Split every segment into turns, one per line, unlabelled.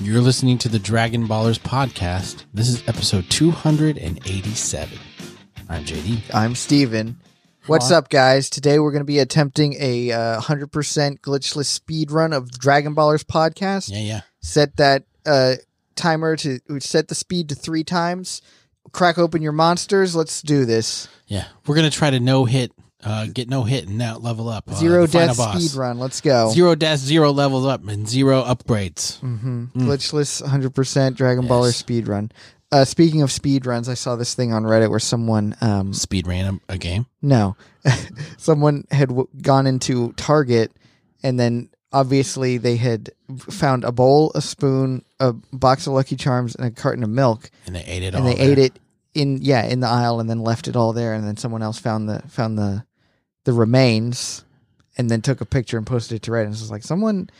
You're listening to the Dragon Ballers podcast. This is episode 287. I'm JD.
I'm Steven. What's
Hi.
up, guys? Today we're going to be attempting a uh, 100% glitchless speed run of Dragon Ballers podcast.
Yeah, yeah.
Set that uh, timer to set the speed to three times. Crack open your monsters. Let's do this.
Yeah. We're going to try to no hit, uh, get no hit and now level up. uh,
Zero
the final
death
boss.
speed run. Let's go.
Zero death, zero levels up, and zero upgrades.
hmm Glitchless 100% Dragon Baller
Mm. Yes.
speed run. Uh, speaking of speed runs, I saw this thing on Reddit where someone um,
Speed ran a, a game.
No, someone had w- gone into Target, and then obviously they had found a bowl, a spoon, a box of Lucky Charms, and a carton of milk,
And they ate it
and
all.
they ate it in yeah in the aisle, and then left it all there, and then someone else found the found the the remains, and then took a picture and posted it to Reddit. And it's like someone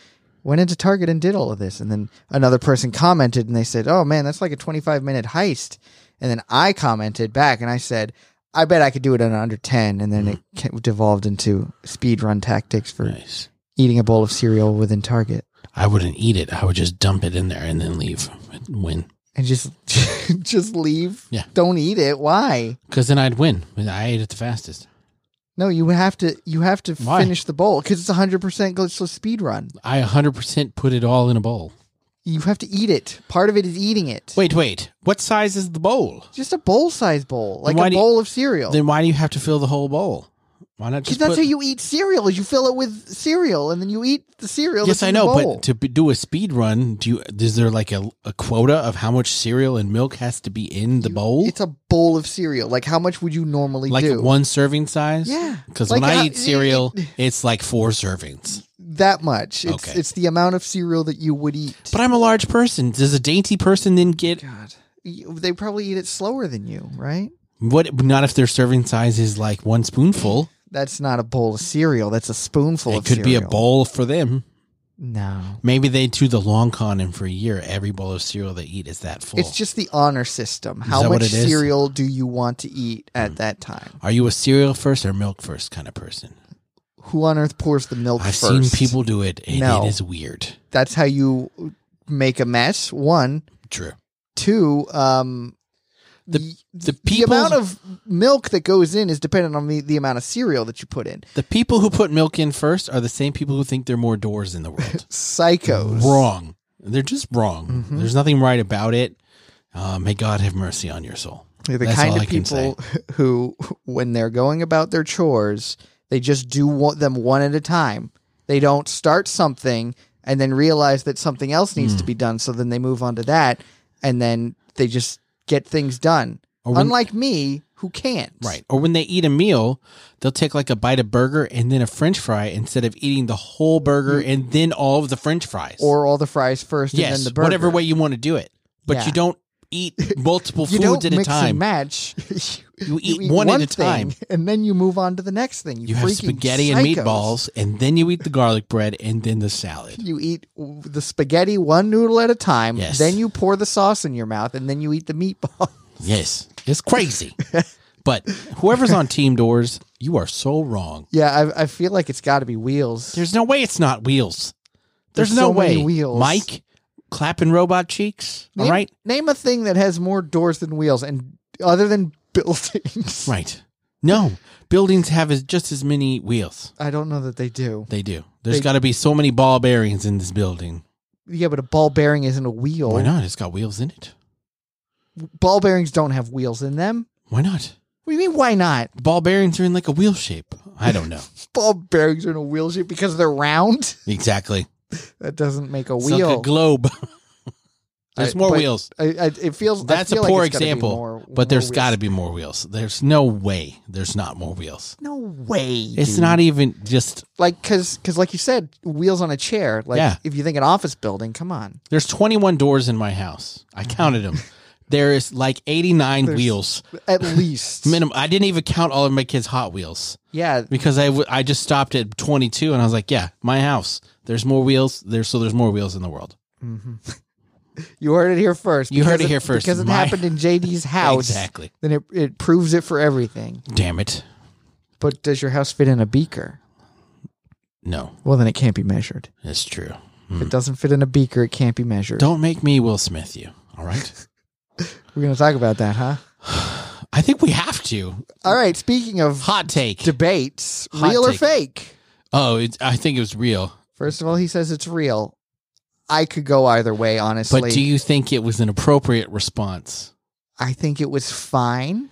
went into Target and did all of this, and then another person commented and they said, "Oh man, that's like a twenty five minute heist." And then I commented back and I said, I bet I could do it in under 10. And then it ca- devolved into speed run tactics for
Nice.
eating a bowl of cereal within Target
I wouldn't eat it. I would just dump it in there and then leave and win.
and just just leave.
Yeah.
Don't eat it. Why?
Because then I'd win. I ate it the fastest.
No, you have to you have to
Why?
finish the bowl cuz it's 100% glitchless speed run.
I 100% put it all in a bowl.
You have to eat it. Part of it is eating it.
Wait, wait. What size is the bowl?
Just a bowl size bowl, like
why
a
do you-
bowl of cereal.
Then why do you have to fill the whole bowl? Why not
Oh. Because
just
that's
put-
how you eat cereal. Is you fill it with cereal and then you eat the cereal.
Yes,
that's
I
in the
know,
bowl.
but to be, do a speed run, do you, is there like a, a quota of how much cereal and milk has to be in the
You-
bowl?
It's a bowl of cereal. Like how much would you normally
like
do?
one serving size?
Yeah.
Because
Like uh,
when I
how-
eat cereal, it's like four servings.
that much. It's
Okay.
it's the amount of cereal that you would eat.
But I'm a large person. Does a dainty person then get
God, You- they probably eat it slower than you, right?
what? Not if their serving size is like one spoonful.
That's not a bowl of cereal. That's a spoonful.
it
of
could be a
cereal.
bowl for them.
No,
Maybe they do the long con, and for a year, every bowl of cereal they eat is that full.
it's just the honor system. How
that what
much
it is? Hmm.
cereal do you want to eat at that time?
Are you a cereal first or milk first kind of person?
Who on earth pours the milk
I've
first?
seen people do it, and
No.
it is weird.
That's how you make a mess. One,
True.
two. Um,
The-
y-
the
the
people's-
amount of milk that goes in is dependent on the, the amount of cereal that you put in.
The people who put milk in first are the same people who think there are more doors in the world.
Psychos.
wrong. They're just wrong.
Mhm.
There's nothing right about it. Uh, may God have mercy on your soul.
They're the
That's all
kind
I
of
can
people who, when they're going about their chores, they just do one, them one at a time. They don't start something and then realize that something else needs
Hmm.
to be done. So then they move on to that and then they just get things done.
Or when-
Unlike me, who can't.
Right. Or when they eat a meal, they'll take like a bite of burger and then a french fry instead of eating the whole burger and then all of the french fries.
Mm. Or all the fries first and
yes,
then the burger.
whatever way you want to do it. But
Yeah.
you don't eat multiple
you
foods
don't
at a
mix and
time.
match.
You eat one at a time.
thing, and then you move on to the next thing. You,
You have
freaking
spaghetti and
psychos.
meatballs, and then you eat the garlic bread and then the salad.
You eat w- the spaghetti one noodle at a time.
Yes.
Then you pour the sauce in your mouth, and then you eat the meatball.
Yes, it's crazy. but whoever's on team doors, you are so wrong.
yeah, I, I feel like it's got to be wheels.
There's no way it's not wheels. There's,
There's
no
so
way.
many wheels.
Mike clapping robot cheeks.
name,
All right,
Name a thing that has more doors than wheels, and other than buildings.
right. No buildings have as, just as many wheels.
I don't know that they do.
They do. There's
They-
got to be so many ball bearings in this building.
Yeah, but a ball bearing isn't a wheel.
Why not? It's got wheels in it.
Ball bearings don't have wheels in them.
Why not?
What do you mean? Why not?
Ball bearings are in like a wheel shape. I don't know
Ball bearings are in a wheel shape because they're round.
exactly.
That doesn't make a
It's
wheel.
like a globe. There's
I-
more
but
wheels.
I, I, it feels I
That's a
feel like
poor
it's gotta be
example,
more- more
But there's
wheels.
got to be more wheels. There's no way there's not more wheels.
no way.
It's
dude.
not even just
like because because like you said, wheels on a chair. Like
Yeah.
if you think an office building, come on,
there's 21 doors in my house. I counted them. there is like 89
Mm-hmm. There's-
wheels
at least
minimum. I didn't even count all of my kids' Hot Wheels
Yeah,
because I, w- I just stopped at 22 and I was like, yeah, my house. There's more wheels. There's so there's more wheels in the world.
you heard it here first.
You heard
Because
it here first.
because it
My-
happened in JD's house.
Exactly.
Then it it proves it for everything.
Damn it.
But does your house fit in a beaker?
No,
Well, then it can't be measured.
it's true.
If it doesn't fit in a beaker, it can't be measured.
Hmm. Don't make me Will Smith you. All right.
We're going to talk about that, huh?
I think we have to.
All right. Speaking of
Hot take.
debates,
Hot
real or
take.
fake?
Oh, it, I think it was real.
First of all, he says it's real. I could go either way, honestly.
But do you think it was an appropriate response?
I think it was fine.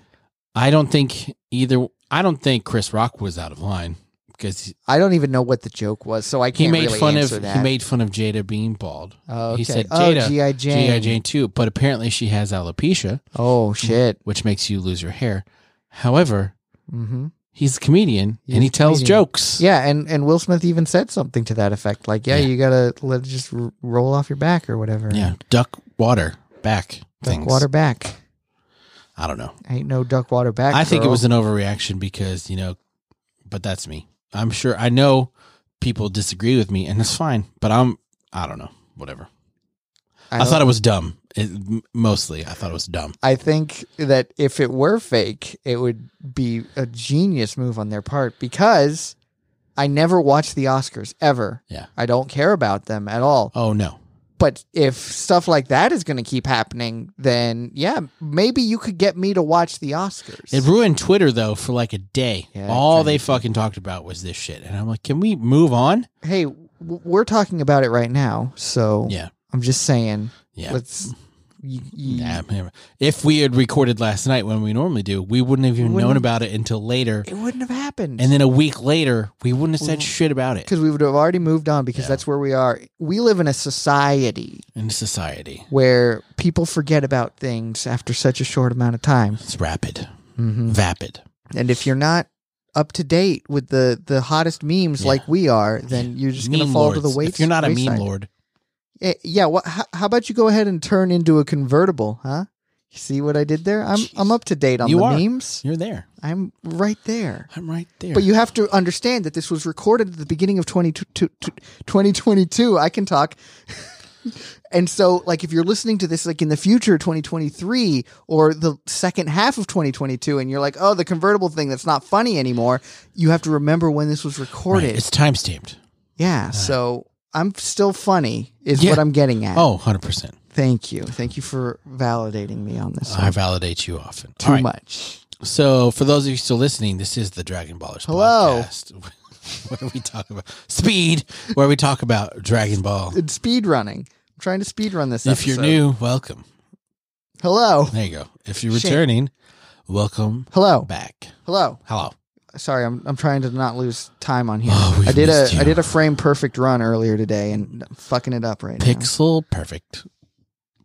I don't think either. I don't think Chris Rock was out of line because he,
I don't even know what the joke was, so I
he
can't
made
really
fun of
answer that.
he made fun of Jada being bald.
oh,
he
okay.
said
oh,
Jada,
G.I. Jane.
GI Jane Mm-hmm. too, but apparently she has alopecia,
Oh, shit.
which makes you lose your hair. However,
hmm
he's a comedian
He's
and he
a
tells
comedian.
jokes.
Yeah, and, and Will Smith even said something to that effect, like, "Yeah,
Yeah.
you gotta let it just r- roll off your back or whatever."
yeah, duck water back
duck
things.
water back.
I don't know.
Ain't no duck water back.
I think it
girl.
was an overreaction because you know, but that's me. I'm sure. I know people disagree with me, and it's fine. But I'm. I don't know. Whatever. I,
don't-
thought it was dumb. It, m- mostly, I thought it was dumb.
I think that if it were fake, it would be a genius move on their part because I never watch the Oscars ever.
Yeah.
I don't care about them at all.
Oh no.
But if stuff like that is going to keep happening, then yeah, maybe you could get me to watch the Oscars.
It ruined Twitter though for like a day.
Yeah, it
All
kinda
they
did.
fucking talked about was this shit, and I'm like, can we move on?
hey, w- we're talking about it right now, so
Yeah.
I'm just saying.
Yeah.
Let's. You, you,
Nah, man. if we had recorded last night when we normally do, we wouldn't have even
Wouldn't
known
have-
about it until later.
It wouldn't have happened.
And then a week later, we wouldn't have said
Well,
shit about it
because we would have already moved on because
Yeah.
that's where we are. We live in a society
in society.
where people forget about things after such a short amount of time.
It's rapid,
Mm-hmm.
vapid.
And if you're not up to date with the, the hottest memes
Yeah.
like we are, then you're just going to
Meme
fall to
lords.
the waist.
If you're not a meme
wayside.
lord,
Eh, yeah. What? How, how about you go ahead and turn into a convertible, huh? You see what I did there? I'm
Jeez.
I'm up to date on
You
the
are.
memes.
you're there.
I'm right there.
I'm right there.
But you have to understand that this was recorded at the beginning of 20, 2022. I can talk. and so, like, if you're listening to this, like, in the future, 2023, or the second half of 2022, and you're like, oh, the convertible thing that's not funny anymore, you have to remember when this was
Right,
recorded.
It's time stamped.
yeah. So I'm still funny, is
Yeah.
what I'm getting at.
Oh, 100%.
Thank you. Thank you for validating me on this.
I
one.
validate you often.
Too
All right.
much.
So, for those of you still listening, this is the Dragon Ballers
Hello.
podcast. what do we talk about? Speed, where we talk about Dragon Ball.
It's Uh, speed running. I'm trying to speed run this.
If you're
episode.
new, welcome.
hello,
There you go. If you're
Shit.
returning, welcome
hello,
back.
hello.
Hello.
Sorry, I'm I'm trying to not lose time on here.
Oh, we've
I did a
missed you.
I did a frame perfect run earlier today and I'm fucking it up right
Pixel perfect.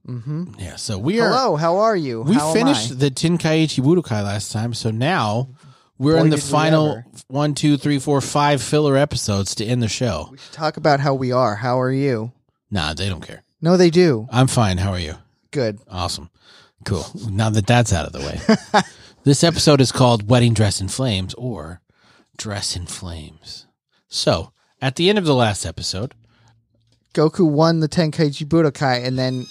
now. hmm
Yeah. So we are.
Hello, how are you?
We
How am I?
finished the Tenkaichi Budokai last time, so now we're
Boy,
in the
did we
final
ever.
one, two, three, four, five filler episodes to end the show.
We should talk about how we are. How are you?
Nah, they don't care.
No, they do.
I'm fine. How are you?
Good.
Awesome. Cool. Now that that's out of the way, this episode is called Wedding Dress in Flames or Dress in Flames. So, at the end of the last episode,
Goku won the Tenkaichi Budokai and then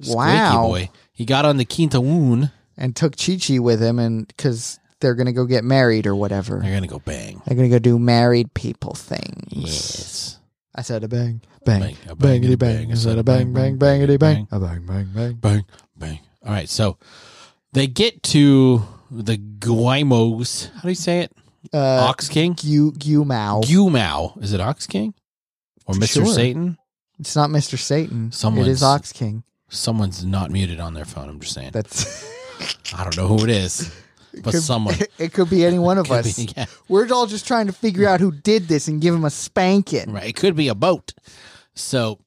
Squeaky
wow,
Boy, he got on the Quinta Woon.
and took Chi Chi with him and because they're gonna go get married or whatever.
They're going to go bang.
They're gonna go do married people things.
Yes.
I said a bang, bang,
Bang, a
bangity
bangity
bang.
bang.
I said a bang, bang, bangity bang. A bang, bang, bang.
Bang, bang. All right. So, they get to the Guaymos. How do you say it?
Uh,
Ox King?
Gu Gu Mao.
Gumao. Is it Ox King? Or Mr.
Sure.
Satan?
It's not Mr. Satan.
Someone's-
It is Ox King.
Someone's not muted on their phone. I'm just saying.
That's
I don't know who it is, but
could-
someone.
It could be any one of
Could
us.
be, yeah,
We're all just trying to figure out who did this and give him a spanking.
right. It could be a boat. So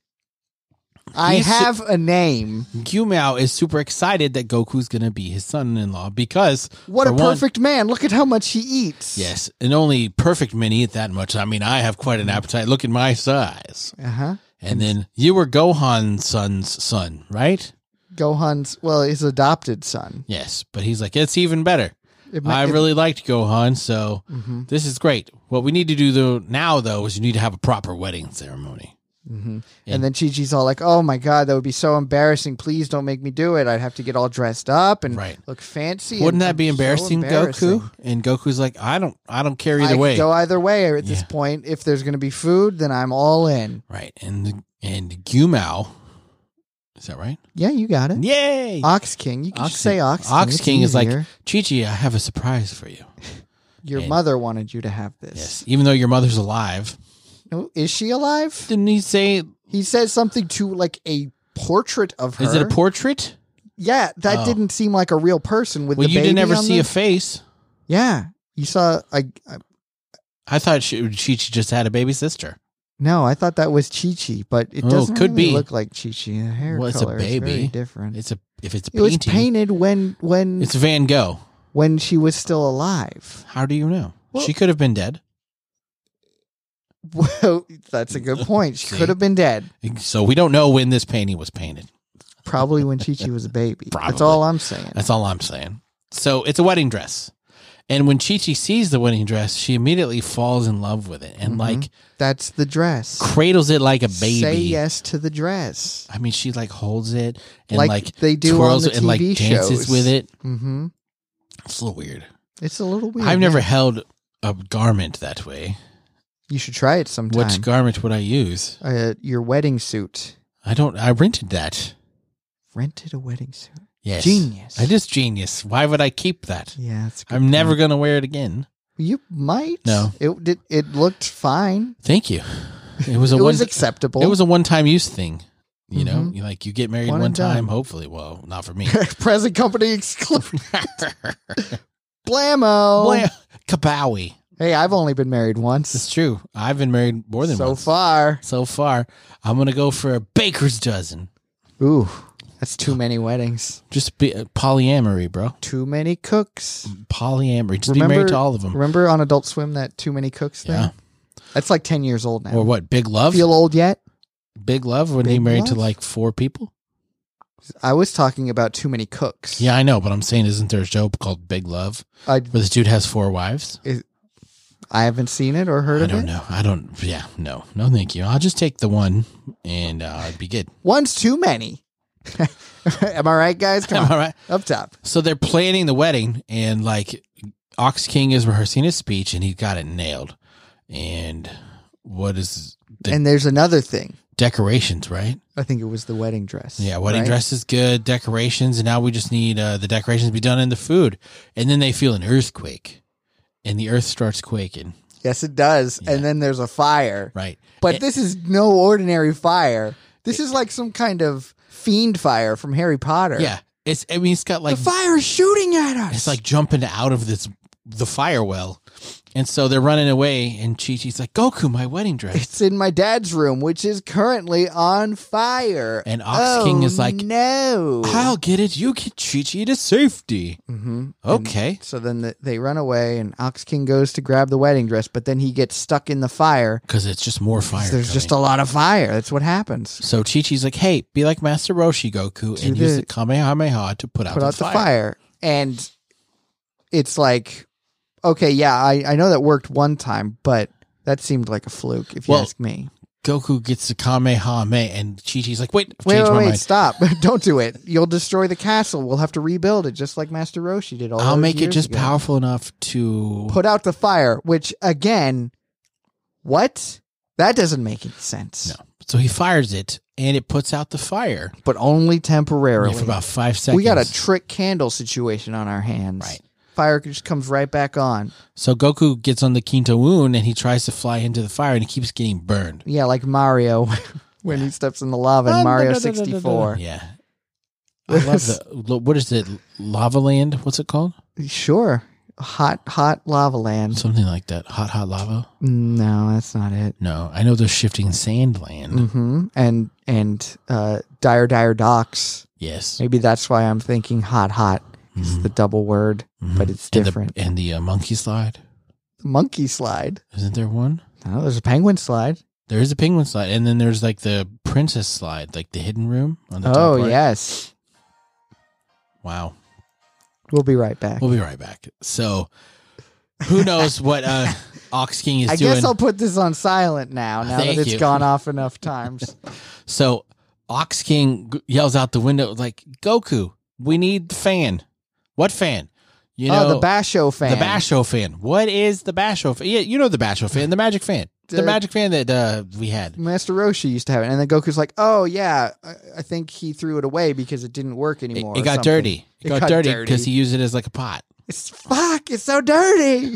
I
He's-
have a name.
Gumao is super excited that Goku's going to be his son-in-law because
What
for
a
one-
perfect man! Look at how much he eats.
yes, and only perfect men eat that much. I mean, I have quite an appetite. Look at my size.
Uh huh.
And then you were Gohan's son's son, right?
Gohan's well, his adopted son.
Yes, but he's like, it's even better.
It
I
it-
really liked Gohan, so
Mhm.
this is great. What we need to do though now though is you need to have a proper wedding ceremony.
hmm
Yeah.
And then Chi Chi's all like, "Oh my god, that would be so embarrassing. Please don't make me do it. I'd have to get all dressed up and
Right.
look fancy.
Wouldn't
and
that be
I'm so
embarrassing,
embarrassing."
Goku? And Goku's like, I don't, I don't care
I
either
could
way.
go either way at this
Yeah.
point. If there's going to be food, then I'm all in.
Right. And and Gumao, is that right?
Yeah, you got it.
Yay!
Ox King. You can
Ox
just say
King.
Ox King.
Ox
It's
King is like-
easier.
Chi Chi, I have a surprise for you.
your
and-
mother wanted you to have
Yes.
this.
Even though your mother's alive,
No, is she alive?
didn't he say?
He says something to like a portrait of her.
Is it a portrait?
Yeah, that
Oh.
didn't seem like a real person with
well,
the
you didn't
baby
ever
on
see
them.
a face.
yeah, you saw. I, I
I thought she, Chi Chi just had a baby sister.
no, I thought that was Chi Chi, but it
Oh,
doesn't
could
really
be.
look like Chi Chi. The hair
Well, it's a
color is very
baby.
different.
It's a if it's a
it was
painting.
painted when when
It's Van Gogh.
when she was still alive.
How do you know?
Well-
she could have been dead.
Well, that's a good point. She
See?
could have been dead.
So we don't know when this painting was painted.
Probably when Chi Chi was a baby. That's
Probably.
all I'm saying.
That's all I'm saying. So it's a wedding dress. And when Chi Chi sees the wedding dress, she immediately falls in love with it and
Mhm.
like
That's the dress.
cradles it like a baby.
Say yes to the dress.
I mean, she like holds it and
Like,
like,
they do on
twirls
the
it
TV
and like dances
shows.
with it.
Mm-hmm.
It's a little weird.
It's a little weird.
I've never
yeah.
held a garment that way.
You should try it sometime.
Which garment would I use?
uh, your wedding suit.
I don't. I rented that.
Rented a wedding suit.
Yes,
Genius.
I just genius. Why would I keep that?
Yeah, that's a good
I'm
point.
never gonna wear it again.
You might.
No.
It did. It looked fine.
Thank you. It was a
it
one.
was acceptable.
it was a one-time use thing. You know,
Mhm.
You, like you get married
One
one,
and
time,
done.
hopefully. Well, not for me.
present company exclusive.
Oh.
Blammo.
Kabowie.
Hey, I've only been married once
It's true. I've been married more than
so
once.
far.
So far, I'm gonna go for a baker's dozen.
Ooh, that's too many weddings.
Just be, uh, polyamory, bro.
Too many cooks.
Polyamory. Just be
Remember-
married to all of them.
Remember on Adult Swim that too many cooks thing?
Yeah.
That's like ten years old now.
Or what? Big love.
Feel old yet?
Big love. When he
Big
married to
Love?
like four people.
I was talking about too many cooks.
Yeah, I know, but I'm saying, isn't there a show called Big Love
I,
where this dude has four wives?
I haven't seen it or heard
I
of
don't
it.
know. I don't. Yeah, no, no, thank you. I'll just take the one, and uh, I'd be good.
One's too many. Am I right, guys? Come on,
All right.
up top.
So they're planning the wedding, and like Ox King is rehearsing his speech, and he got it nailed. And what is the
and there's another thing.
decorations, right?
I think it was the wedding dress.
Yeah, wedding
right?
dress is good, decorations, and now we just need uh, the decorations to be done and the food. And then they feel an earthquake, and the earth starts quaking,
Yes, it does.
Yeah.
And then there's a fire.
right?
But
Eh.
this is no ordinary fire. This is like some kind of fiend fire from Harry Potter.
Yeah, it's. I mean, it's got like
the fire is shooting at us.
It's like jumping out of this the fire well. And so they're running away and Chi Chi's like, Goku, my wedding dress.
it's in my dad's room, which is currently on fire. Oh,
And Ox King is like,
no.
I'll get it, you get Chi Chi to safety.
Mhm.
Okay.
So then the, they run away, and Ox King goes to grab the wedding dress, but then he gets stuck in the fire.
Because it's just more fire.
There's just a lot of fire. That's what happens.
so Chi Chi's like, hey, be like Master Roshi Goku
Do
and use
the-
the Kamehameha to put out,
put
the,
out
fire.
the fire. And it's like, okay, yeah, I, I know that worked one time, but that seemed like a fluke, if you
Well,
ask me.
Goku gets the Kamehameha and Chi Chi's like, wait, I've
Wait,
changed
wait,
my
wait,
mind.
stop. Don't do it. You'll destroy the castle. We'll have to rebuild it just like Master Roshi did all
I'll
those
make it
years
just
ago.
powerful enough to
Put out the fire, which again, what? That doesn't make any sense.
No. So he fires it and it puts out the fire
But only
Yeah,
temporarily.
for about five seconds.
we got a trick candle situation on our hands.
Right.
Fire just comes right back on.
So Goku gets on the Kinto Woon and he tries to fly into the fire and he keeps getting burned.
Yeah, like Mario when he steps in the lava
Um,
in Mario 64.
Yeah. I love the lo- what is it? Lava Land? What's it called?
Sure. Hot, hot lava land.
Something like that. Hot hot lava?
No, that's not it.
No, I know there's shifting sand land.
hmm And and uh, dire, dire docks.
Yes.
Maybe that's why I'm thinking hot, hot is
Mhm.
the double word,
Mhm.
but it's
And the-
different.
And the, uh, monkey slide.
Monkey slide.
Isn't there one?
No, there's a penguin slide.
There is a penguin slide, and then there's like the princess slide, like the hidden room on the top
Oh
right.
yes,
Wow.
we'll be right back.
We'll be right back. So, who knows what? uh Ox King is
I
doing.
guess I'll put this on silent now. Now that
Thank
it's
you.
gone off enough times.
So Ox King g- yells out the window like, "Goku, we need the fan. What fan? You know
oh, the Basho fan.
the Basho fan. What is the Basho fan? Yeah, you know the Basho fan, the magic fan, the
Dude.
magic fan that uh, we had.
Master Roshi used to have it, and then Goku's like, "Oh yeah, I, I think he threw it away because it didn't work
It,
anymore."
it
or
got
something.
dirty. It, got, dirty because he used it as like a pot.
It's fuck. It's so dirty.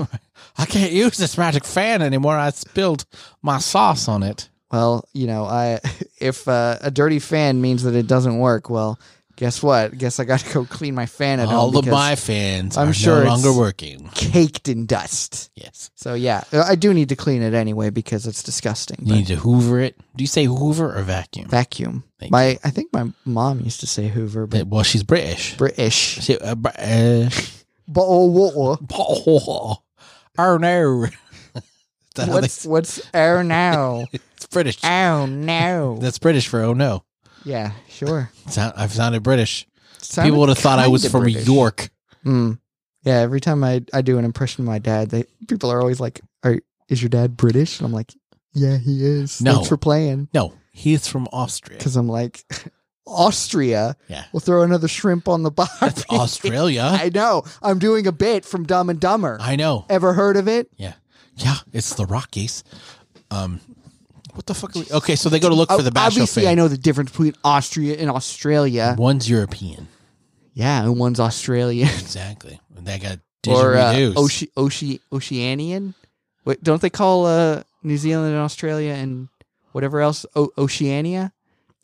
I can't use this magic fan anymore. I spilled my sauce on it.
well, you know, I if uh, a dirty fan means that it doesn't work, well, guess what? Guess I got to go clean my fan at home
All of
because
my fans
I'm
are
sure
no
it's-
longer working.
caked in dust.
Yes.
So yeah, uh, I do need to clean it anyway because it's disgusting.
You
but-
need to hoover it. Do you say hoover or vacuum?
vacuum.
Thank
my I think my mom used to say Hoover, but
well, she's British.
British.
She, uh, British.
But oh, what?
Oh, oh no. That's how they
What's what's oh no?
say- it's British.
oh no.
That's British for oh no.
Yeah, sure.
Sound, I've sounded British.
Sounded
People would have thought I was
kinda
from
British.
York.
Mm. Yeah, every time I, I do an impression of my dad, they people are always like, "Are is your dad British?" And I'm like, "Yeah, he is."
No.
Thanks for playing.
No, he's from Austria.
Because I'm like, Austria.
Yeah.
We'll throw another shrimp on the barbie.
That's Australia.
I know. I'm doing a bit from Dumb and Dumber.
I know.
Ever heard of it?
Yeah. Yeah, it's the Rockies. Um, what the fuck are we? Okay, so they go to look for the Basho
Obviously, I
fan.
know the difference between Austria and Australia.
One's European.
Yeah, and one's Australian
Exactly. And they got
or uh,
didgeridoos.
Oce- Oce- Oceanian. Wait, don't they call uh, New Zealand and Australia and whatever else o- Oceania?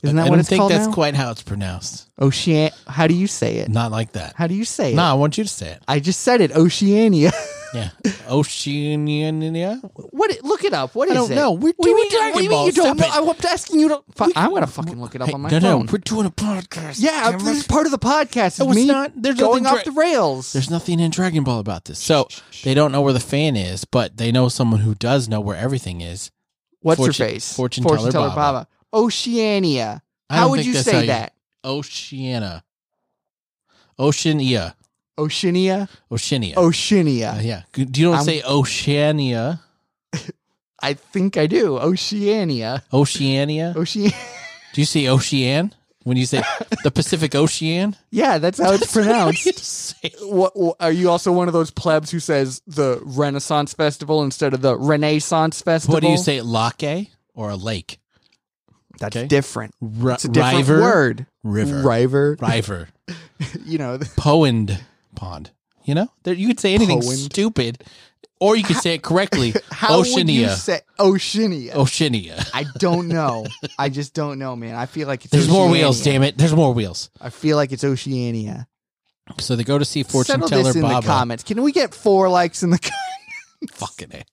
Isn't that
I
what
don't
it's
think
called
that's
now?
quite how it's pronounced.
Ocean. How do you say it?
Not like that.
How do you say
No,
it?
I want you to say it.
I just said it. Oceania.
Yeah. Oceania.
what? i- Look it up. What is
I don't
it?
know. We're
What do
doing
you mean- what do
Dragon
you mean
Ball.
You don't
Stop
know. I'm asking you. To, Fuck,
We-
I'm gonna fucking look it up
Hey,
on my
no,
phone.
no, we're doing a podcast.
yeah,
damn
this is
it.
part of the podcast.
No,
It's
it's
me
not. There's
going
nothing
off
dra-
the rails.
there's nothing in Dragon Ball about this. So they don't know where the fan is, but they know someone who does know where everything is.
What's
Fortune-
her face?
fortune teller
teller Baba. Oceania.
I
How
don't
would
think
you
that's
say
how you-
that?
Oceania, Oceania,
Oceania.
Oceania.
Oceania.
Uh, yeah. G- Do you don't
I'm-
say Oceania?
I think I do. Oceania.
Oceania.
Oceania.
Do you say Ocean when you say the Pacific Ocean?
yeah, that's how it's
You
pronounced.
say-
What, what- are you also one of those plebs who says the Renaissance Festival instead of the Renaissance Festival?
What do you say, lake or a lake?
That's
Okay.
different.
R-
It's a different
river,
word.
river,
River.
river.
You know,
Poend pond. You know, there, you could say anything
Poend.
stupid, or you could say it correctly.
how would you
Oceania. Oh.
say Oceania?
Oceania.
I don't know. I just don't know, man. I feel like it's
There's more wheels,
Oceania.
damn it. There's more wheels.
I feel like it's Oceania.
So they go to see fortune
Settle
teller
this in
Baba.
the comments. Can we get four likes in the comments?
Fucking it.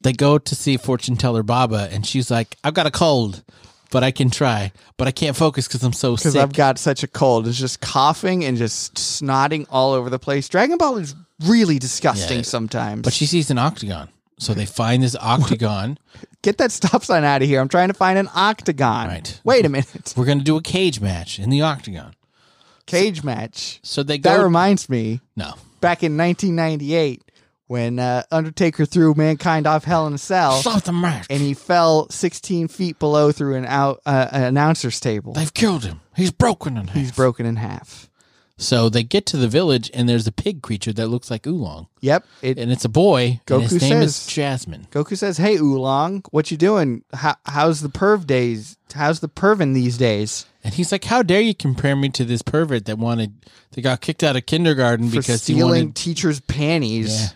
They go to see fortune teller Baba, and she's like, "I've got a cold, but I can try, but I can't focus because I'm so
Because
sick."
I've got such a cold. It's just coughing and just snotting all over the place. Dragon Ball is really disgusting
Yeah.
sometimes.
but
But
she sees an octagon, so they find this octagon.
get that stop sign out of here. I'm trying to find an octagon.
Right.
Wait a minute.
We're gonna do a cage match in the octagon.
Cage match.
So they
That
go.
reminds me,
no,
back in 1998, when uh, Undertaker threw Mankind off Hell in a Cell,
stop the match.
and he fell 16 feet below through an out uh, an announcer's table.
They've killed him. He's broken in half.
He's broken in half.
So they get to the village, and there's a pig creature that looks like Oolong,
Yep. It,
and it's a boy. and his
Goku
name is
says-
Jasmine.
Goku says, "Hey Oolong, what you doing? How, how's the perv days? How's the pervin these days?
And he's like, "How dare you compare me to this pervert that wanted that got kicked out of kindergarten
For
because he
stealing
wanted
teachers'
Yeah. Um,
panties.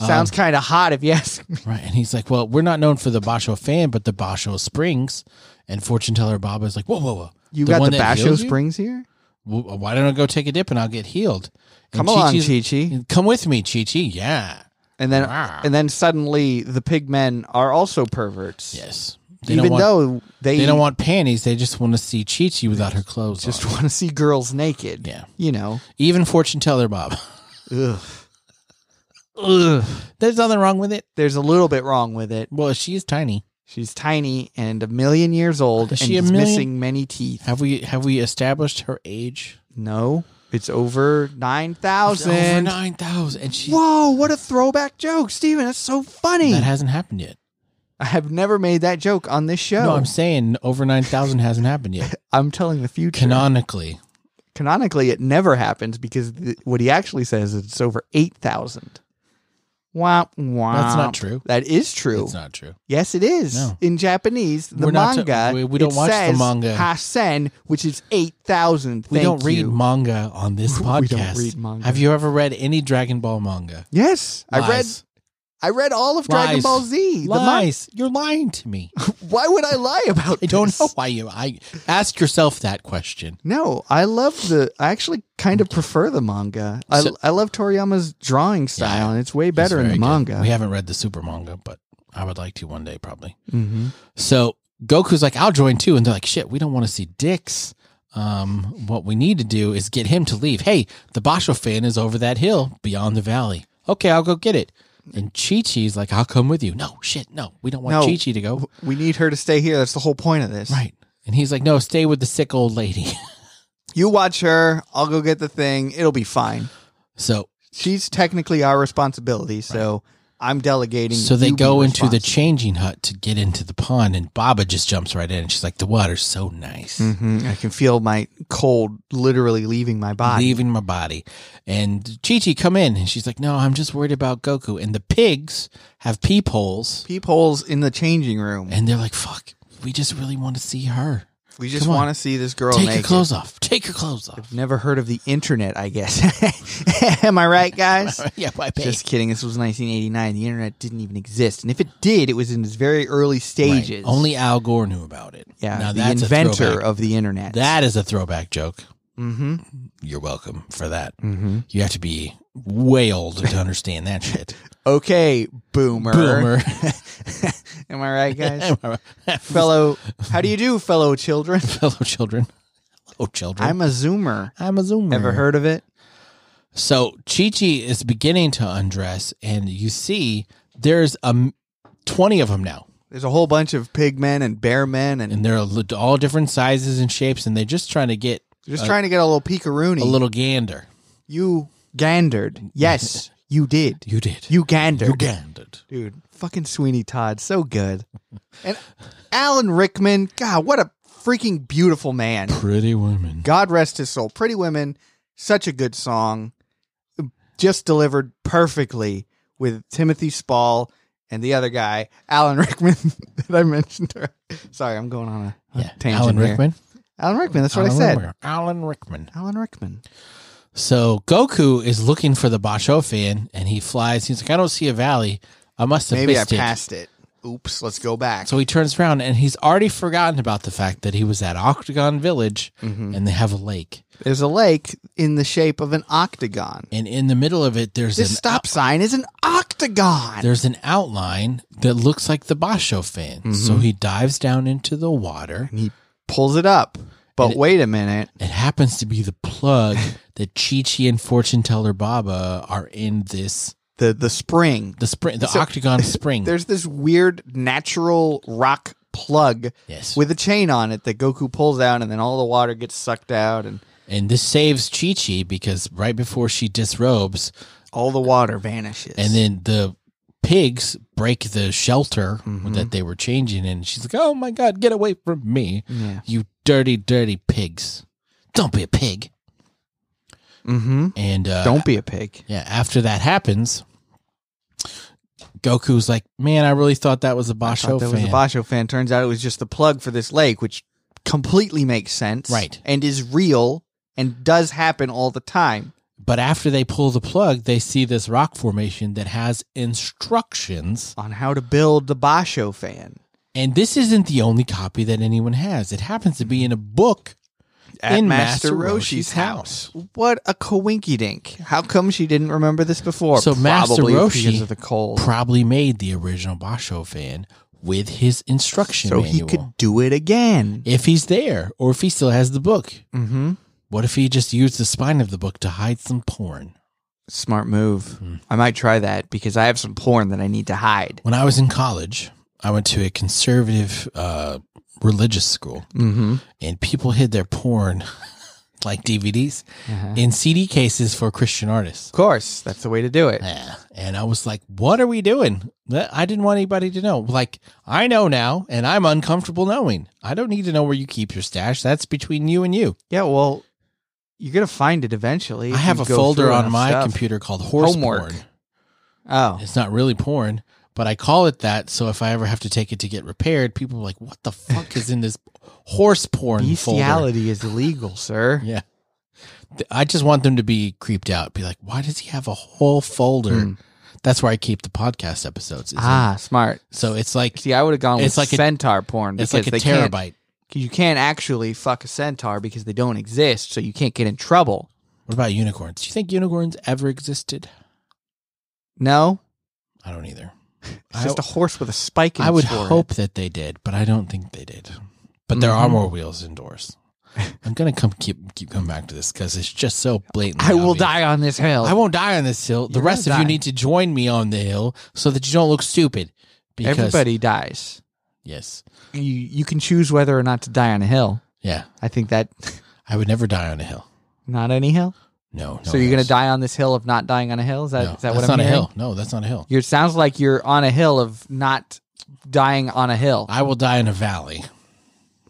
Sounds kind of hot, if you ask me.
right." And he's like, "Well, we're not known for the Basho fan, but the Basho Springs." And fortune teller Baba's like, "Whoa, whoa, whoa!
You got
one
the
that
Basho
heals you?
Springs here.
W- Why don't I go take a dip and I'll get healed?" And
Come along,
Chi-Chi's-
Chi Chi.
Come with me, Chi Chi. Yeah.
And then,
Rah.
and then suddenly the pig men are also perverts.
Yes. They
Even
don't want,
though they,
they don't want panties, they just want to see Chi Chi without her clothes.
just
on.
want to see girls naked.
Yeah.
You know.
Even fortune teller Bob.
Ugh.
Ugh. There's nothing wrong with it.
There's a little bit wrong with it.
Well, she's tiny.
She's tiny and a million years old,
Is
and
she a
she's
million?
missing many teeth.
Have we have we established her age?
No, It's over nine
Over
thousand.
nine thousand, and she
Whoa! What a throwback joke, Steven. That's so funny.
that hasn't happened yet.
I have never made that joke on this show.
No, I'm saying over nine thousand hasn't happened yet.
I'm telling the future.
Canonically,
Canonically, it never happens because th- what he actually says is it's over eight thousand. Womp womp.
that's not true.
That is true.
It's not true.
Yes, it is.
No.
In Japanese, the
We're not ta-
manga.
we- we don't
it
watch the
says
manga.
Hasen, which is eight thousand.
We don't read manga on this
We
podcast.
don't read manga.
Have you ever read any Dragon Ball manga?
Yes, I read.
Lies.
I read all of Dragon
Lies.
Ball Z. The mon-
lies. You're lying to me.
Why would I lie about?
I don't
this?
know why you. I ask yourself that question.
No, I love the. I actually kind of prefer the manga. I,
So-
I love Toriyama's drawing style, and it's way better
It's
in the
very good.
manga.
We haven't read the super manga, but I would like to one day probably.
mm-hmm.
So Goku's like, I'll join too. And they're like, shit, we don't want to see dicks. Um, what we need to do is get him to leave. Hey, the Basho fan is over that hill beyond the valley. Okay, I'll go get it. And Chi Chi's like, I'll come with you. No, shit, no. We don't want
No.
Chi Chi to go.
We need her to stay here. That's the whole point of this.
Right. And he's like, no, stay with the sick old lady.
You watch her. I'll go get the thing. It'll be fine.
so
She's technically our responsibility, so I'm delegating.
so they
you be
go into the
responsible.
changing hut to get into the pond and Baba just jumps right in and she's like, The water's so nice.
Mhm. I can feel my cold literally leaving my body.
leaving my body. And Chi Chi come in and she's like, No, I'm just worried about Goku. And the pigs have peepholes
Peepholes in the changing room.
and they're like, Fuck, we just really want to see her.
We just
Come on.
want to see this girl
Take
naked.
your clothes off. Take your clothes off.
Never heard of the internet, I guess. Am I right, guys?
yeah, my pig.
Just kidding. This was 1989. The internet didn't even exist, and if it did, it was in its very early
Right.
stages.
Only Al Gore knew about it.
yeah,
Now
the
that's a
inventor
throwback.
of the internet.
That is a throwback joke.
Mm-hmm.
You're welcome for that.
Mm-hmm.
You have to be way old to understand that shit.
Okay, boomer.
Boomer.
Am I right, guys?
fellow,
fellow, how do you do, fellow children?
fellow children. Hello, children.
I'm a zoomer.
I'm a Zoomer.
Ever heard of it?
So Chi Chi is beginning to undress, and you see there's um, 20 of them now,
There's a whole bunch of pig men and bear men, and
and they're li- all different sizes and shapes, and they're just trying to get
they're just trying to get a little peekaroonie.
uh, a little gander.
you gandered. Yes, you did.
You did.
You gandered.
You gandered.
Dude, fucking Sweeney Todd, so good. And Alan Rickman, God, what a freaking beautiful man.
Pretty women.
God rest his soul. Pretty Women, such a good song. Just delivered perfectly with Timothy Spall and the other guy, Alan Rickman, that I mentioned. earlier. Sorry, I'm going on a, a
Yeah.
tangent.
Alan
here.
Rickman.
Alan Rickman, that's what
Alan
I said.
Rickman. Alan Rickman.
Alan Rickman.
So Goku is looking for the Basho fan, and he flies. He's like, I don't see a valley. I must have
Maybe I
missed it.
passed it. Oops, let's go back.
So he turns around and he's already forgotten about the fact that he was at Octagon Village
Mhm.
and they have a lake.
There's a lake in the shape of an octagon.
And in the middle of it, there's
This
an
stop sign is an octagon.
there's an outline that looks like the Basho fan. So he dives down into the water.
Mm-hmm. and he pulls it up. But wait a minute.
It happens to be the plug that Chi Chi and Fortune Teller Baba are in this
The the spring.
the spring the
So-
octagon spring.
There's this weird natural rock plug
yes.
with a chain on it that Goku pulls out and then all the water gets sucked out and
and this saves Chi Chi because right before she disrobes
all the water vanishes.
and then the pigs break the shelter
Mm-hmm.
that they were changing in. She's like, Oh my god, get away from me.
Yeah.
You dirty, dirty pigs. Don't be a pig.
Mm-hmm.
And uh,
Don't be a pig.
Yeah, after that happens, Goku's like, "Man, I really thought that was a
I
Basho
thought that was
fan."
a Basho fan. Turns out it was just the plug for this lake, which completely makes sense.
Right.
And is real and does happen all the time.
but after they pull the plug, they see this rock formation that has instructions,
On how to build the Basho fan.
and this isn't the only copy that anyone has. It happens to be in a book.
at
in
Master,
Master
Roshi's,
Roshi's
house. What a coinkydink! How come she didn't remember this before?
So Master
Probably
Roshi-
because of the cold,
Probably made the original Basho fan with his instruction
so he
manual.
could do it again.
if he's there, or if he still has the book.
Mm-hmm.
What if he just used the spine of the book to hide some porn?
Smart move.
Hmm.
I might try that because I have some porn that I need to hide.
When I was in college, I went to a conservative uh, religious school,
Mm-hmm.
and people hid their porn like DVDs,
Uh-huh.
in CD cases for Christian artists.
Of course, that's the way to do it.
Yeah. And I was like, what are we doing? That- I didn't want anybody to know. Like, I know now, and I'm uncomfortable knowing. I don't need to know where you keep your stash. That's between you and you.
Yeah, well, you're gonna find it eventually.
I
if
have
you
a
go
folder
through
on
enough
my
stuff.
computer called horse
Homework.
porn.
Oh,
It's not really porn, but I call it that. So if I ever have to take it to get repaired, people are like, what the fuck is in this horse porn folder?
bestiality is illegal, sir.
Yeah. Th- I just want them to be creeped out. Be like, why does he have a whole folder?
Hmm.
That's where I keep the podcast episodes. is in-
Ah, smart.
So it's like
See, I would have gone
It's
with
like a-
centaur porn
it's like
because
a
they can't.
terabyte.
Cause you can't actually fuck a centaur because they don't exist, so you can't get in trouble.
What about unicorns? Do you think unicorns ever existed?
No,
I don't either.
it's
I-
just a horse with a spike. in
I would
its forehead.
hope that they did, but I don't think they did. But there are
Mhm.
more wheels indoors. I'm gonna come keep keep coming back to this because it's just so blatant.
I will die on this hill.
I won't die on this hill. The
You're
rest of
gonna
you
die.
need to join me on the hill so that you don't look stupid. Because
Everybody dies.
yes,
You you can choose whether or not to die on a hill.
yeah,
I think that
I would never die on a hill.
not any hill.
No, no
so you're gonna
hills.
die on this hill of not dying on a hill. Is that
No,
is that what
that's
I'm
not
hearing?
a hill. No, that's not a hill.
You're- It sounds like you're on a hill of not dying on a hill.
I will die in a valley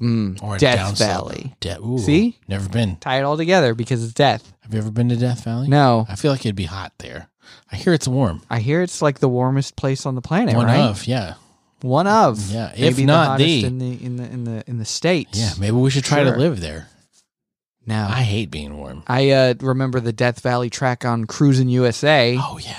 Mm.
or a
Death
downslope.
Valley.
De- ooh,
See?
never been.
Tie it all together because it's death.
Have you ever been to Death Valley?
No,
I feel like it'd be hot there. I hear it's warm.
I hear it's like the warmest place on the planet.
One
right?
of, yeah.
One of.
Yeah, if
Maybe
not
the hottest
the-
in the in the in the in the states.
Yeah, maybe we should try to
Sure.
live there.
No.
I hate being warm.
I uh, remember the Death Valley track on Cruisin' USA
Oh
on
yeah.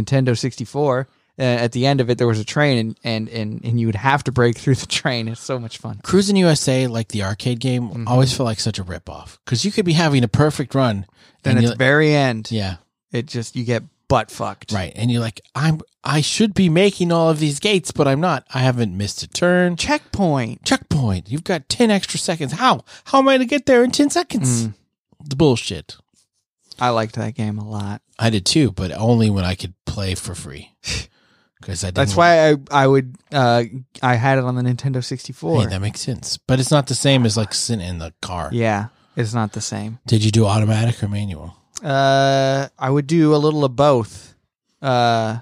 Nintendo 64. Uh, at the end of it, there was a train, and, and, and, and you would have to break through the train. It's so much fun.
Cruising USA, like the arcade game,
Mhm.
always felt like such a ripoff because you could be having a perfect run,
Then
and
at the
you're-
very end,
yeah,
it just you get butt fucked.
right, and you're like, I'm, I should be making all of these gates, but I'm not. I haven't missed a turn.
Checkpoint.
Checkpoint. You've got ten extra seconds. How? How am I to get there in ten seconds?
Mm,
The bullshit.
I liked that game a lot.
I did too, but only when I could play for free. Because I didn't
That's why I I would uh I had it on the Nintendo 64.
Hey, that makes sense. But it's not the same as like sitting in the car.
yeah, it's not the same.
Did you do automatic or manual?
Uh, I would do a little of both. Uh,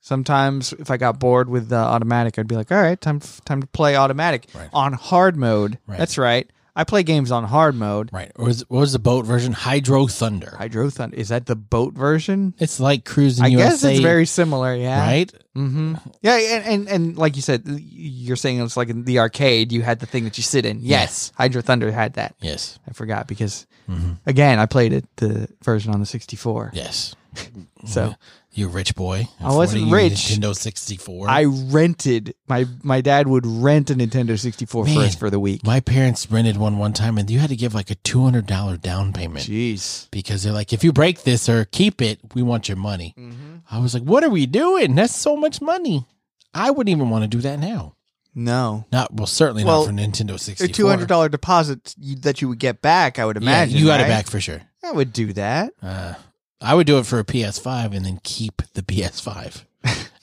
sometimes if I got bored with the automatic, I'd be like, "All right, time time to play automatic
Right.
on hard mode."
Right.
That's right. I play games on hard mode.
Right. Or was, what was the boat version? Hydro Thunder.
Hydro Thunder is that the boat version?
It's like cruising
I
USA.
guess it's very similar. Yeah.
right.
Mm-hmm. Yeah, and, and and like you said, you're saying it's like in the arcade. You had the thing that you sit in. Yes, Hydro Thunder had that.
Yes.
I forgot because
Mhm.
again, I played it the version on the 64.
Yes.
So.
You rich boy.
I wasn't
Afforded you
rich.
Nintendo sixty four.
I rented my my dad would rent a Nintendo 64
Man.
for us for the week.
my parents rented one one time, and you had to give like a two hundred dollar down payment
Jeez.
because they're like, if you break this or keep it, we want your money.
Mm-hmm.
I was like, what are we doing? That's so much money. I wouldn't even want to do that now.
No.
Not well, certainly
Well,
not for Nintendo
A
sixty
two
four.
hundred dollar deposit you, that you would get back, I would imagine.
yeah, you got
right?
it back for sure.
I would do that.
Uh, I would do it for a PS5 and then keep the PS5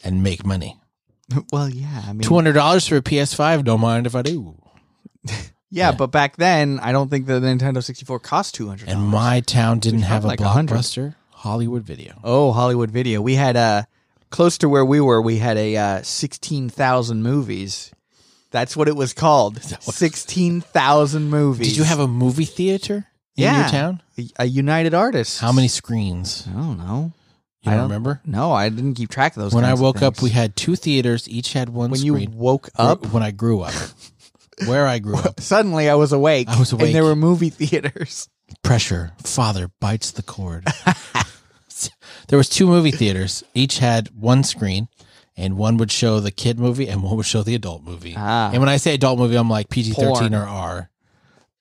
and make money. Uh,
well, yeah. I mean,
Two hundred dollars for a PS5? Don't mind if I do.
yeah,
yeah.
but back then, I don't think the Nintendo sixty four cost two hundred.
And my town didn't
Which
have a
sounds like a hundred.
blockbuster. Hollywood Video.
oh Hollywood Video, we had uh, close to where we were, we had a uh, sixteen thousand movies. That's what it was called.
that what-
Sixteen thousand movies.
Did you have a movie theater in your
Yeah.
town?
a, a United Artists?
How many screens?
I don't know.
You
I
don't
don't-
remember?
No, I didn't keep track of those.
When I
kinds of
woke up,
things.
we had two theaters. Each had one
when you
screen.
woke up,
When I grew up, where I grew up,
suddenly I was awake.
I was awake.
and there were movie theaters.
pressure. Father bites the cord. there was two movie theaters. Each had one screen, and one would show the kid movie, and one would show the adult movie.
Ah.
And when I say adult movie, I'm like PG thirteen
Porn.
or R.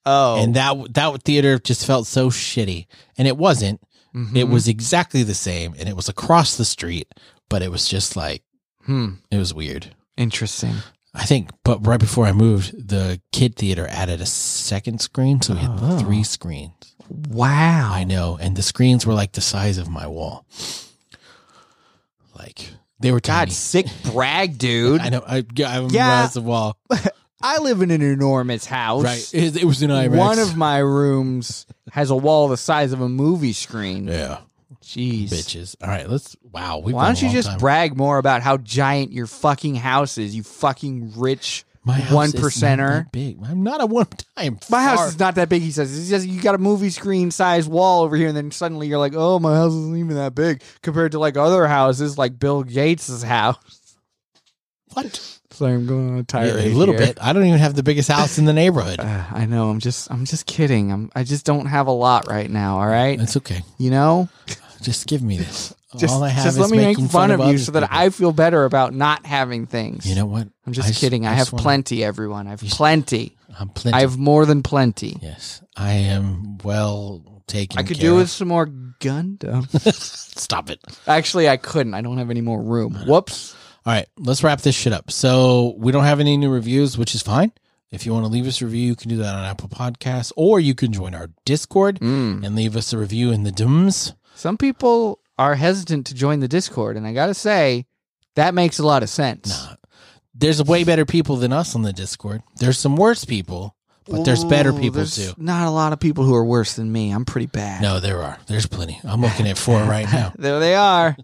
Oh,
And that that theater just felt so shitty, and it wasn't.
Mhm.
It was exactly the same, and it was across the street, but it was just like
Hmm.
it was weird.
interesting.
I think, but right before I moved, the kid theater added a second screen, so we had
Oh.
three screens.
Wow.
I know, and the screens were like the size of my wall. Like they were tiny.
God, sick brag, dude.
I know. I, yeah, I remember
Yeah.
as the wall.
I live in an enormous house.
Right. It, it was an IMAX.
One of my rooms has a wall the size of a movie screen.
yeah,
Jeez.
bitches. All right, let's. Wow, we've
Why
been a
don't you
long
just
time.
brag more about how giant your fucking house is, you fucking rich
My house
one
is not
percenter?
that Big. I'm not a one time.
My house is not that big, he says. He says you got a movie screen size wall over here, and then suddenly you're like, oh, my house isn't even that big compared to like other houses, like Bill Gates' house.
what?
Sorry, I'm going on a
Yeah,
tirade.
a little
here.
bit. I don't even have the biggest house in the neighborhood.
Uh, I know. I'm just. I'm just kidding. I'm. I just don't have a lot right now. All right.
That's okay.
You know.
Just give me this.
Just,
All I have
just
is
let me make
making
fun, of you
others
so that
people.
I feel better about not having things.
You know what?
I'm just
I s-
kidding. I,
I
have
swan-
plenty, everyone. I have plenty.
I'm plenty.
I have more than plenty.
yes, I am well taken.
I could
care
do
of.
with some more Gundam.
Stop it.
Actually, I couldn't. I don't have any more room. Whoops.
All right, let's wrap this shit up. So we don't have any new reviews, which is fine. If you want to leave us a review, you can do that on Apple Podcasts, or you can join our Discord
Mm.
and leave us a review in the DMs.
Some people are hesitant to join the Discord, and I gotta say, that makes a lot of sense.
Nah. There's way better people than us on the Discord. There's some worse people, but there's better
Ooh,
people
there's
too.
Not a lot of people who are worse than me. I'm pretty bad.
No, there are. There's plenty. I'm looking at four right now.
There they are.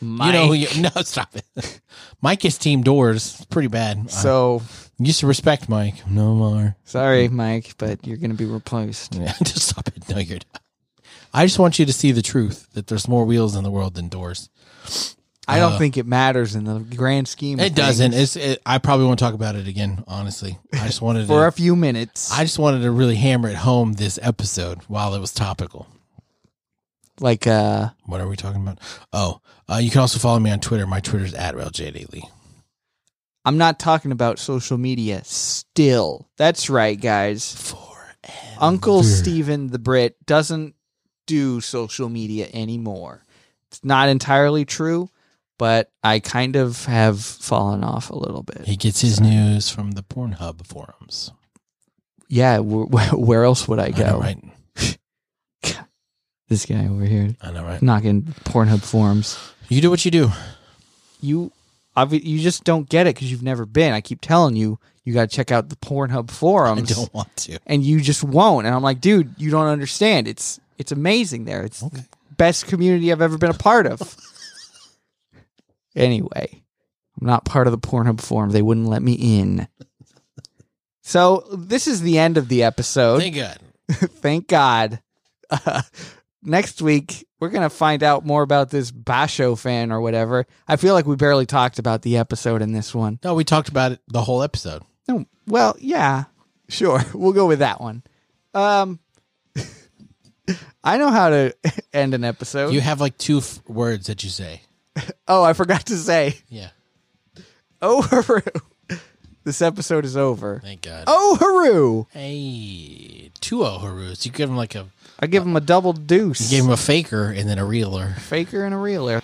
Mike.
You know, who you, no, stop it. Mike is team doors. It's pretty bad. I
so
used to respect Mike. No more.
sorry, Mike, but you're gonna be replaced.
Yeah, just stop it. No, you're not. I just want you to see the truth that there's more wheels in the world than doors.
I don't think it matters in the grand scheme. Of
Oh. It doesn't. It's.
things.
It, I probably won't talk about it again. Honestly, I just wanted
for
to.
a few minutes,
I just wanted to really hammer it home this episode while it was topical.
like uh,
What are we talking about? Oh, uh, you can also follow me on Twitter. My Twitter's at RailJD Lee.
I'm not talking about social media. Still, that's right, guys.
Forever.
Uncle Stephen the Brit doesn't do social media anymore. It's not entirely true, but I kind of have fallen off a little bit.
He gets his news from the Pornhub forums.
Yeah, wh- wh- where else would I
I know,
go?
right?
This guy over here
I know, right?
knocking Pornhub forums.
You do what you do.
You, obvi- you just don't get it because you've never been. I keep telling you, you got to check out the Pornhub
I
forums.
don't want to.
and you just won't. And I'm like, dude, you don't understand. It's it's amazing there. It's
Okay.
the best community I've ever been a part of. anyway, I'm not part of the Pornhub forum. They wouldn't let me in. So this is the end of the episode. Thank,
Thank God.
God. Uh, next week we're gonna find out more about this Basho fan or whatever. I feel like we barely talked about the episode in this one.
No, we talked about it the whole episode.
No, well, yeah, sure. We'll go with that one. Um, I know how to end an episode.
You have like two f- words that you say.
oh, I forgot to say.
Yeah.
Oh, hooroo. This episode is over.
Thank God.
Oh, hooroo.
Hey, two O Harus. You give him like a
I give him a double deuce.
you gave him a faker and then a reeler.
faker and a reeler.